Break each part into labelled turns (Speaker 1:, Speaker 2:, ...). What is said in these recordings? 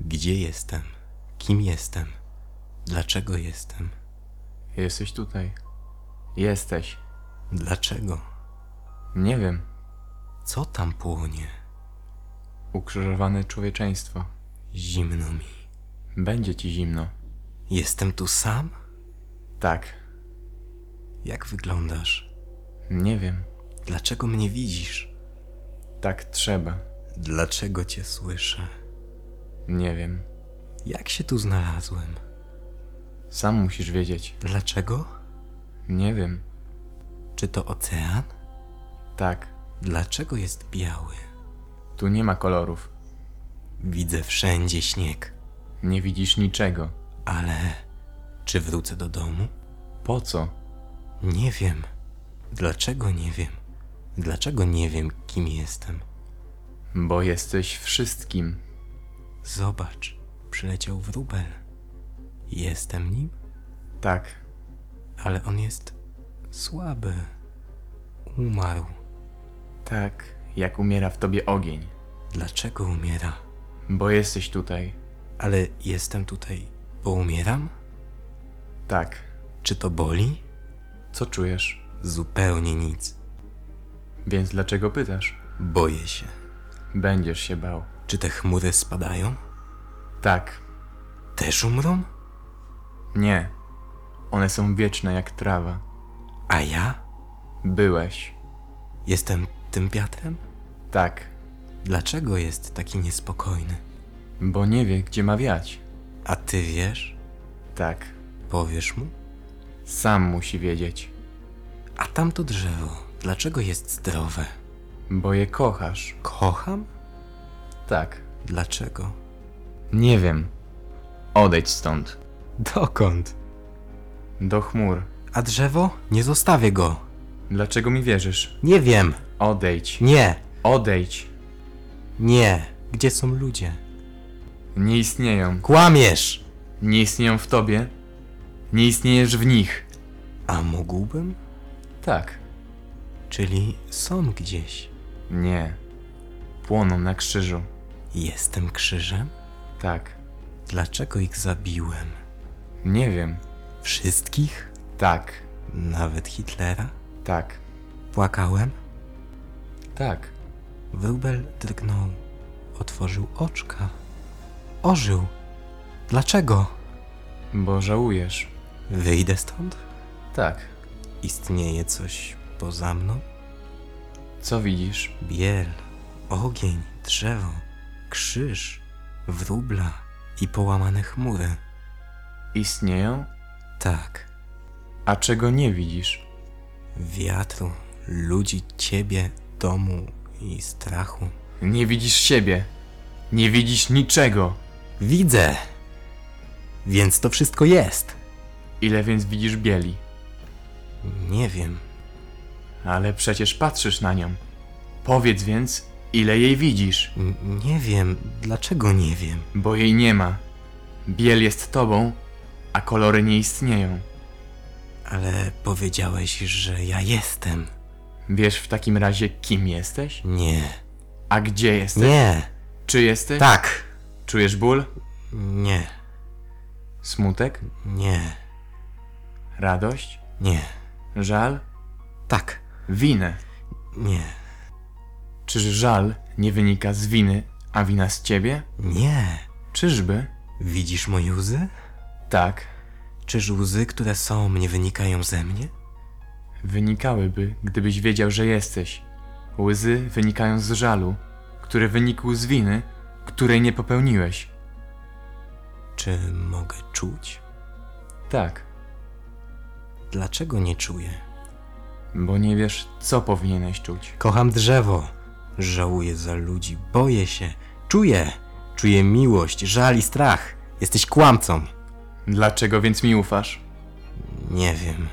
Speaker 1: Gdzie jestem? Kim jestem? Dlaczego jestem?
Speaker 2: Jesteś tutaj. Jesteś.
Speaker 1: Dlaczego?
Speaker 2: Nie wiem.
Speaker 1: Co tam płonie?
Speaker 2: Ukrzyżowane człowieczeństwo.
Speaker 1: Zimno mi.
Speaker 2: Będzie ci zimno.
Speaker 1: Jestem tu sam?
Speaker 2: Tak.
Speaker 1: Jak wyglądasz?
Speaker 2: Nie wiem.
Speaker 1: Dlaczego mnie widzisz?
Speaker 2: Tak trzeba.
Speaker 1: Dlaczego cię słyszę?
Speaker 2: Nie wiem.
Speaker 1: Jak się tu znalazłem?
Speaker 2: Sam musisz wiedzieć.
Speaker 1: Dlaczego?
Speaker 2: Nie wiem.
Speaker 1: Czy to ocean?
Speaker 2: Tak.
Speaker 1: Dlaczego jest biały?
Speaker 2: Tu nie ma kolorów.
Speaker 1: Widzę wszędzie śnieg,
Speaker 2: Nie widzisz niczego.
Speaker 1: ale czy wrócę do domu?
Speaker 2: Po co?
Speaker 1: Nie wiem. Dlaczego nie wiem? Dlaczego nie wiem, kim jestem?
Speaker 2: Bo jesteś wszystkim.
Speaker 1: Zobacz, przyleciał wróbel. Jestem nim,
Speaker 2: Tak.
Speaker 1: ale on jest słaby. Umarł.
Speaker 2: Tak. Jak umiera w tobie ogień.
Speaker 1: Dlaczego umiera?
Speaker 2: Bo jesteś tutaj.
Speaker 1: Ale jestem tutaj, bo umieram?
Speaker 2: Tak.
Speaker 1: Czy to boli?
Speaker 2: Co czujesz?
Speaker 1: Zupełnie nic.
Speaker 2: Więc dlaczego pytasz?
Speaker 1: Boję się.
Speaker 2: Będziesz się bał.
Speaker 1: Czy te chmury spadają?
Speaker 2: Tak.
Speaker 1: Też umrą?
Speaker 2: Nie. One są wieczne jak trawa.
Speaker 1: A ja?
Speaker 2: Byłeś.
Speaker 1: Jestem tym wiatrem?
Speaker 2: Tak.
Speaker 1: Dlaczego jest taki niespokojny?
Speaker 2: Bo nie wie, gdzie ma wiać.
Speaker 1: A ty wiesz?
Speaker 2: Tak.
Speaker 1: Powiesz mu?
Speaker 2: Sam musi wiedzieć.
Speaker 1: A tamto drzewo, dlaczego jest zdrowe?
Speaker 2: Bo je kochasz.
Speaker 1: Kocham?
Speaker 2: Tak.
Speaker 1: Dlaczego?
Speaker 2: Nie wiem. Odejdź stąd.
Speaker 1: Dokąd?
Speaker 2: Do chmur.
Speaker 1: A drzewo? Nie zostawię go.
Speaker 2: Dlaczego mi wierzysz?
Speaker 1: Nie wiem.
Speaker 2: Odejdź.
Speaker 1: Nie.
Speaker 2: Odejdź.
Speaker 1: Nie. Gdzie są ludzie?
Speaker 2: Nie istnieją.
Speaker 1: Kłamiesz!
Speaker 2: Nie istnieją w tobie. Nie istniejesz w nich.
Speaker 1: A mógłbym?
Speaker 2: Tak.
Speaker 1: Czyli są gdzieś.
Speaker 2: Nie. Płoną na krzyżu.
Speaker 1: Jestem krzyżem?
Speaker 2: Tak.
Speaker 1: Dlaczego ich zabiłem?
Speaker 2: Nie wiem.
Speaker 1: Wszystkich?
Speaker 2: Tak.
Speaker 1: Nawet Hitlera?
Speaker 2: Tak.
Speaker 1: Płakałem?
Speaker 2: Tak.
Speaker 1: Wróbel drgnął. Otworzył oczka. Ożył. Dlaczego?
Speaker 2: Bo żałujesz.
Speaker 1: Wyjdę stąd?
Speaker 2: Tak.
Speaker 1: Istnieje coś poza mną?
Speaker 2: Co widzisz?
Speaker 1: Biel, ogień, drzewo, krzyż, wróbla i połamane chmury.
Speaker 2: Istnieją?
Speaker 1: Tak,
Speaker 2: A czego nie widzisz?
Speaker 1: wiatru, ludzi, ciebie, domu i strachu.
Speaker 2: Nie widzisz siebie. Nie widzisz niczego.
Speaker 1: Widzę! Więc to wszystko jest.
Speaker 2: Ile więc widzisz bieli?
Speaker 1: Nie wiem,
Speaker 2: Ale przecież patrzysz na nią. Powiedz więc, ile jej widzisz,
Speaker 1: N- nie wiem, dlaczego nie wiem.
Speaker 2: bo jej nie ma. Biel jest tobą, a kolory nie istnieją.
Speaker 1: Ale powiedziałeś, że ja jestem.
Speaker 2: Wiesz w takim razie, kim jesteś?
Speaker 1: Nie.
Speaker 2: A gdzie jesteś?
Speaker 1: Nie.
Speaker 2: Czy jesteś?
Speaker 1: Tak.
Speaker 2: Czujesz ból?
Speaker 1: Nie.
Speaker 2: Smutek?
Speaker 1: Nie.
Speaker 2: Radość?
Speaker 1: Nie.
Speaker 2: Żal?
Speaker 1: Tak.
Speaker 2: Winę.
Speaker 1: Nie.
Speaker 2: Czyż żal nie wynika z winy, a wina z ciebie?
Speaker 1: Nie.
Speaker 2: Czyżby?
Speaker 1: Widzisz moje łzy?
Speaker 2: Tak,
Speaker 1: Czyż łzy, które są, nie wynikają ze mnie?
Speaker 2: wynikałyby, gdybyś wiedział, że jesteś. Łzy wynikają z żalu, który wynikł z winy, której nie popełniłeś.
Speaker 1: Czy mogę czuć?
Speaker 2: Tak,
Speaker 1: Dlaczego nie czuję?
Speaker 2: bo nie wiesz, co powinieneś czuć.
Speaker 1: Kocham drzewo. Żałuję za ludzi, boję się. Czuję. Czuję miłość, żal i strach. Jesteś kłamcą.
Speaker 2: Dlaczego więc mi ufasz?
Speaker 1: Nie wiem.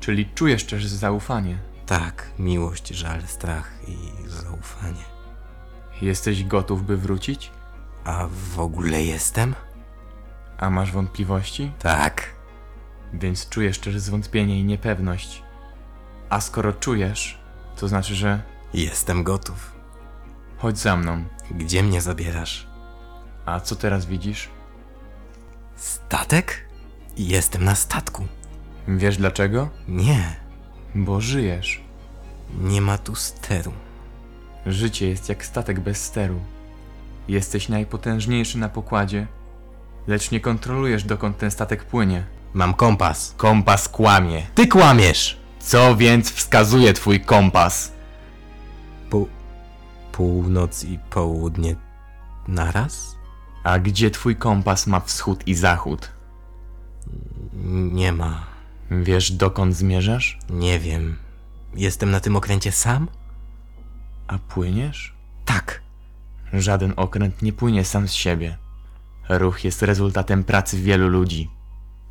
Speaker 2: Czyli czujesz też zaufanie.
Speaker 1: Tak, miłość, żal, strach i zaufanie.
Speaker 2: Jesteś gotów, by wrócić?
Speaker 1: A w ogóle jestem?
Speaker 2: A masz wątpliwości?
Speaker 1: Tak.
Speaker 2: Więc czujesz też zwątpienie i niepewność. A skoro czujesz, to znaczy, że
Speaker 1: Jestem gotów.
Speaker 2: chodź za mną.
Speaker 1: Gdzie mnie zabierasz?
Speaker 2: A co teraz widzisz?
Speaker 1: Statek? Jestem na statku.
Speaker 2: Wiesz dlaczego?
Speaker 1: Nie,
Speaker 2: Bo żyjesz.
Speaker 1: nie ma tu steru.
Speaker 2: Życie jest jak statek bez steru. Jesteś najpotężniejszy na pokładzie, lecz nie kontrolujesz dokąd ten statek płynie.
Speaker 1: Mam kompas.
Speaker 2: Kompas kłamie.
Speaker 1: Ty kłamiesz!
Speaker 2: Co więc wskazuje twój kompas?
Speaker 1: Pół... Północ i południe naraz?
Speaker 2: A gdzie twój kompas ma wschód i zachód?
Speaker 1: Nie ma.
Speaker 2: Wiesz dokąd zmierzasz?
Speaker 1: Nie wiem. Jestem na tym okręcie sam?
Speaker 2: A płyniesz?
Speaker 1: Tak.
Speaker 2: Żaden okręt nie płynie sam z siebie. Ruch jest rezultatem pracy wielu ludzi.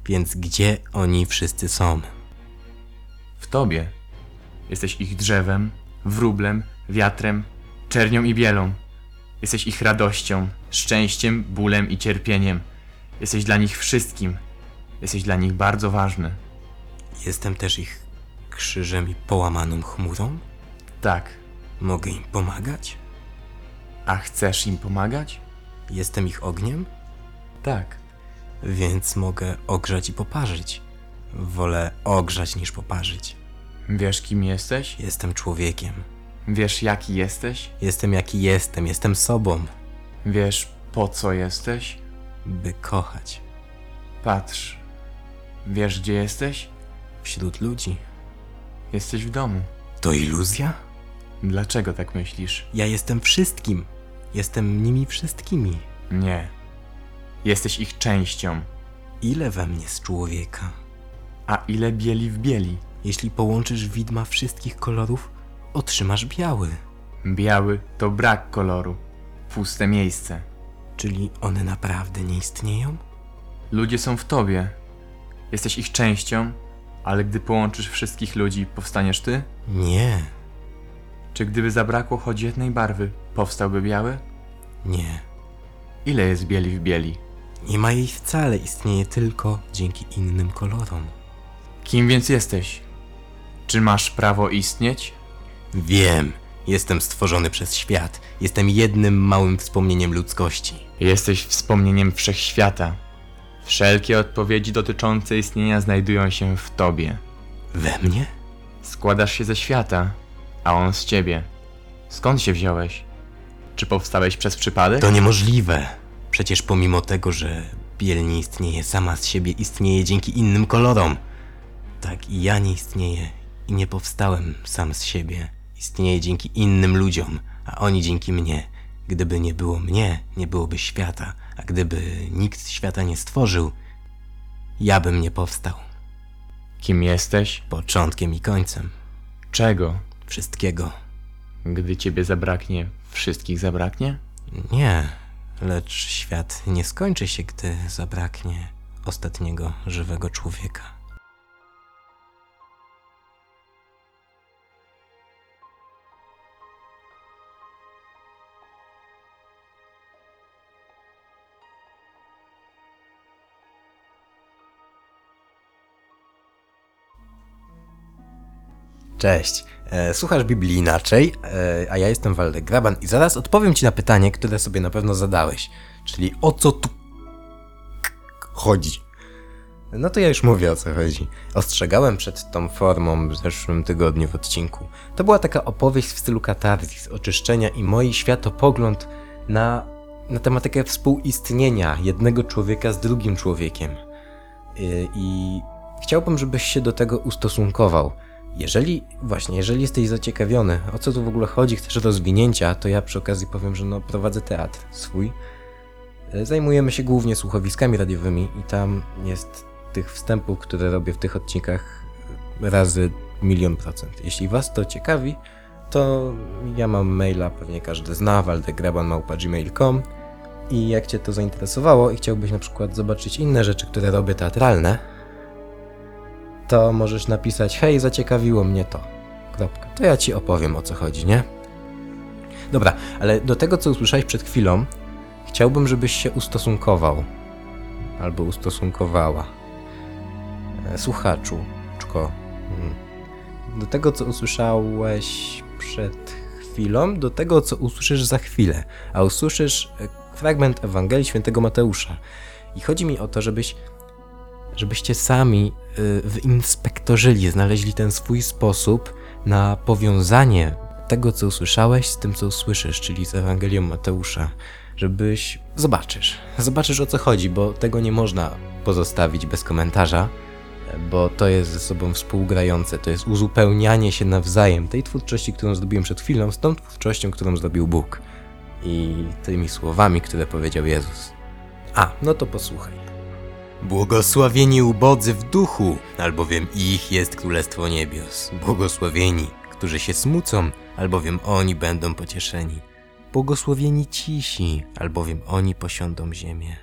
Speaker 1: Więc gdzie oni wszyscy są?
Speaker 2: W tobie. Jesteś ich drzewem, wróblem, wiatrem, czernią i bielą. Jesteś ich radością, szczęściem, bólem i cierpieniem. Jesteś dla nich wszystkim. Jesteś dla nich bardzo ważny.
Speaker 1: Jestem też ich krzyżem i połamaną chmurą?
Speaker 2: Tak.
Speaker 1: Mogę im pomagać?
Speaker 2: A chcesz im pomagać?
Speaker 1: Jestem ich ogniem?
Speaker 2: Tak.
Speaker 1: Więc mogę ogrzać i poparzyć. Wolę ogrzać niż poparzyć.
Speaker 2: Wiesz kim jesteś?
Speaker 1: Jestem człowiekiem.
Speaker 2: Wiesz jaki jesteś?
Speaker 1: Jestem jaki jestem, jestem sobą,
Speaker 2: Wiesz po co jesteś?
Speaker 1: by kochać.
Speaker 2: Patrz. Wiesz gdzie jesteś?
Speaker 1: Wśród ludzi.
Speaker 2: Jesteś w domu.
Speaker 1: To iluzja?
Speaker 2: Dlaczego tak myślisz?
Speaker 1: Ja jestem wszystkim. Jestem nimi wszystkimi.
Speaker 2: Nie. Jesteś ich częścią.
Speaker 1: Ile we mnie z człowieka?
Speaker 2: A ile bieli w bieli?
Speaker 1: Jeśli połączysz widma wszystkich kolorów, otrzymasz biały.
Speaker 2: Biały to brak koloru, puste miejsce.
Speaker 1: Czyli one naprawdę nie istnieją?
Speaker 2: Ludzie są w tobie. Jesteś ich częścią, ale gdy połączysz wszystkich ludzi, powstaniesz ty?
Speaker 1: Nie,
Speaker 2: Czy gdyby zabrakło choć jednej barwy, powstałby biały?
Speaker 1: nie.
Speaker 2: Ile jest bieli w bieli?
Speaker 1: Nie ma jej wcale, istnieje tylko dzięki innym kolorom.
Speaker 2: Kim więc jesteś? Czy masz prawo istnieć?
Speaker 1: Wiem, jestem stworzony przez świat. Jestem jednym małym wspomnieniem ludzkości.
Speaker 2: Jesteś wspomnieniem wszechświata. Wszelkie odpowiedzi dotyczące istnienia znajdują się w tobie.
Speaker 1: We mnie?
Speaker 2: Składasz się ze świata, a on z ciebie. Skąd się wziąłeś? Czy powstałeś przez przypadek?
Speaker 1: To niemożliwe. Przecież pomimo tego, że biel nie istnieje sama z siebie, istnieje dzięki innym kolorom. Tak i ja nie istnieję i nie powstałem sam z siebie. Istnieję dzięki innym ludziom, a oni dzięki mnie. Gdyby nie było mnie, nie byłoby świata, a gdyby nikt świata nie stworzył, ja bym nie powstał.
Speaker 2: Kim jesteś?
Speaker 1: Początkiem i końcem
Speaker 2: Czego?
Speaker 1: wszystkiego.
Speaker 2: Gdy ciebie zabraknie, wszystkich zabraknie?
Speaker 1: Nie, lecz świat nie skończy się, gdy zabraknie ostatniego żywego człowieka. Cześć. E, Słuchasz Biblii inaczej, e, a ja jestem Waldek Graban i zaraz odpowiem ci na pytanie, które sobie na pewno zadałeś. Czyli o co tu k- chodzi? No to ja już mówię o co chodzi. Ostrzegałem przed tą formą w zeszłym tygodniu w odcinku. To była taka opowieść w stylu katarzis, oczyszczenia i mój światopogląd na, na tematykę współistnienia jednego człowieka z drugim człowiekiem. Y, I chciałbym, żebyś się do tego ustosunkował. Jeżeli, właśnie, jeżeli jesteś zaciekawiony, o co tu w ogóle chodzi, chcesz rozwinięcia, to ja przy okazji powiem, że no, prowadzę teatr swój. Y, Zajmujemy się głównie słuchowiskami radiowymi i tam jest tych wstępów, które robię w tych odcinkach y, razy milion procent. Jeśli was to ciekawi, to ja mam maila, pewnie każdy zna, waldegraban.gmail.com i jak cię to zainteresowało i chciałbyś na przykład zobaczyć inne rzeczy, które robię teatralne, to możesz napisać hej, zaciekawiło mnie to. Kropka. To ja ci opowiem o co chodzi, nie? Dobra, ale do tego co usłyszałeś przed chwilą, chciałbym, żebyś się ustosunkował. Albo ustosunkowała. E, Słuchaczu, czko. Mm. Do tego co usłyszałeś przed chwilą, do tego co usłyszysz za chwilę. A usłyszysz e, fragment Ewangelii Świętego Mateusza. I chodzi mi o to, żebyś, żebyście sami y, wyinspektorzyli, znaleźli ten swój sposób na powiązanie tego, co usłyszałeś, z tym, co usłyszysz, czyli z Ewangelią Mateusza. Żebyś zobaczysz, zobaczysz o co chodzi, bo tego nie można pozostawić bez komentarza bo to jest ze sobą współgrające, to jest uzupełnianie się nawzajem tej twórczości, którą zrobiłem przed chwilą, z tą twórczością, którą zrobił Bóg. I tymi słowami, które powiedział Jezus. A, no to posłuchaj. Błogosławieni ubodzy w duchu, albowiem ich jest Królestwo Niebios. Błogosławieni, którzy się smucą, albowiem oni będą pocieszeni. Błogosławieni cisi, albowiem oni posiądą ziemię.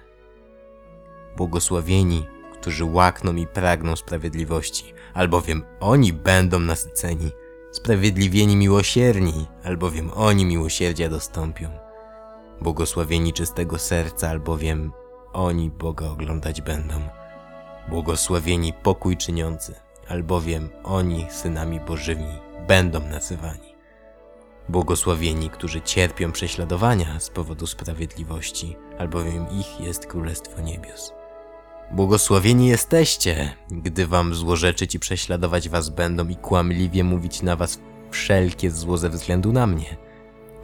Speaker 1: Błogosławieni, którzy łakną i pragną sprawiedliwości, albowiem oni będą nasyceni. Sprawiedliwieni miłosierni, albowiem oni miłosierdzia dostąpią. Błogosławieni czystego serca, albowiem oni Boga oglądać będą. Błogosławieni pokój czyniący, albowiem oni synami Bożymi będą nazywani. Błogosławieni, którzy cierpią prześladowania z powodu sprawiedliwości, albowiem ich jest Królestwo Niebios. Błogosławieni jesteście, gdy wam złorzeczyć i prześladować was będą i kłamliwie mówić na was wszelkie zło ze względu na mnie.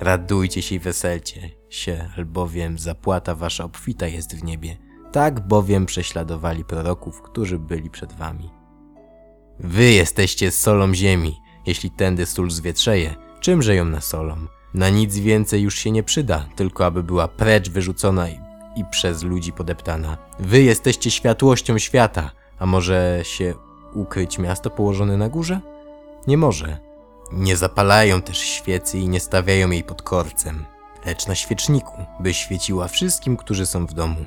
Speaker 1: Radujcie się i weselcie się, albowiem zapłata wasza obfita jest w niebie. Tak bowiem prześladowali proroków, którzy byli przed wami. Wy jesteście solą ziemi, jeśli tędy sól zwietrzeje, czymże ją nasolą? Na nic więcej już się nie przyda, tylko aby była precz wyrzucona i, i przez ludzi podeptana. Wy jesteście światłością świata, a może się ukryć miasto położone na górze? Nie może. Nie zapalają też świecy i nie stawiają jej pod korcem, lecz na świeczniku, by świeciła wszystkim, którzy są w domu.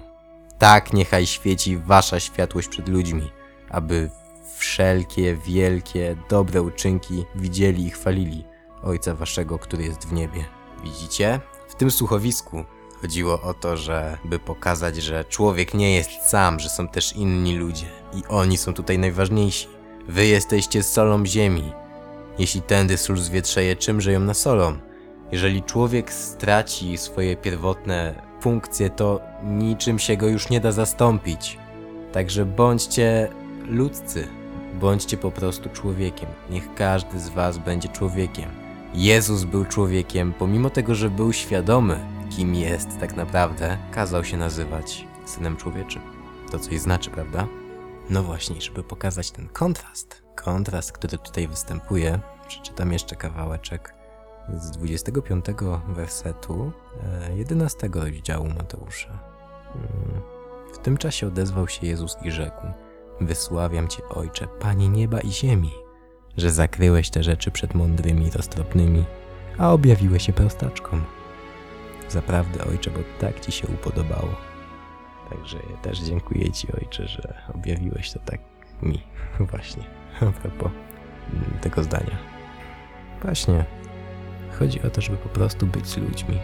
Speaker 1: Tak niechaj świeci wasza światłość przed ludźmi, aby wszelkie wielkie, dobre uczynki widzieli i chwalili Ojca Waszego, który jest w niebie. Widzicie? W tym słuchowisku chodziło o to, że by pokazać, że człowiek nie jest sam, że są też inni ludzie i oni są tutaj najważniejsi. Wy jesteście solą ziemi. Jeśli tędy sól zwietrzeje, czymże ją nasolą? Jeżeli człowiek straci swoje pierwotne funkcje, to niczym się go już nie da zastąpić. Także bądźcie ludzcy, bądźcie po prostu człowiekiem. Niech każdy z Was będzie człowiekiem. Jezus był człowiekiem, pomimo tego, że był świadomy, kim jest tak naprawdę, kazał się nazywać synem człowieczym. To coś znaczy, prawda? No właśnie, żeby pokazać ten kontrast, kontrast, który tutaj występuje, przeczytam jeszcze kawałeczek z 25 wersetu e, 11 rozdziału Mateusza. Mm. W tym czasie odezwał się Jezus i rzekł: Wysławiam Cię, Ojcze, Panie nieba i ziemi, że zakryłeś te rzeczy przed mądrymi i roztropnymi, a objawiłeś się prostaczkom. Zaprawdę, Ojcze, bo tak Ci się upodobało. Także ja też dziękuję Ci, Ojcze, że objawiłeś to tak mi, właśnie, a propos mm, tego zdania. Właśnie, chodzi o to, żeby po prostu być ludźmi.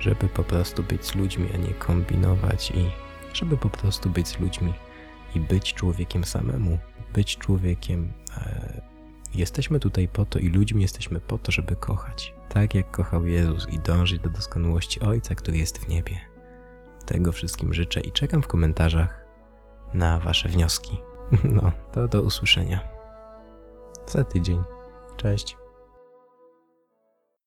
Speaker 1: Żeby po prostu być ludźmi, a nie kombinować i żeby po prostu być ludźmi i być człowiekiem samemu. Być człowiekiem. E, jesteśmy tutaj po to i ludźmi jesteśmy po to, żeby kochać. Tak jak kochał Jezus i dążyć do doskonałości Ojca, który jest w niebie. Tego wszystkim życzę i czekam w komentarzach na Wasze wnioski. No, to do usłyszenia. Za tydzień. Cześć.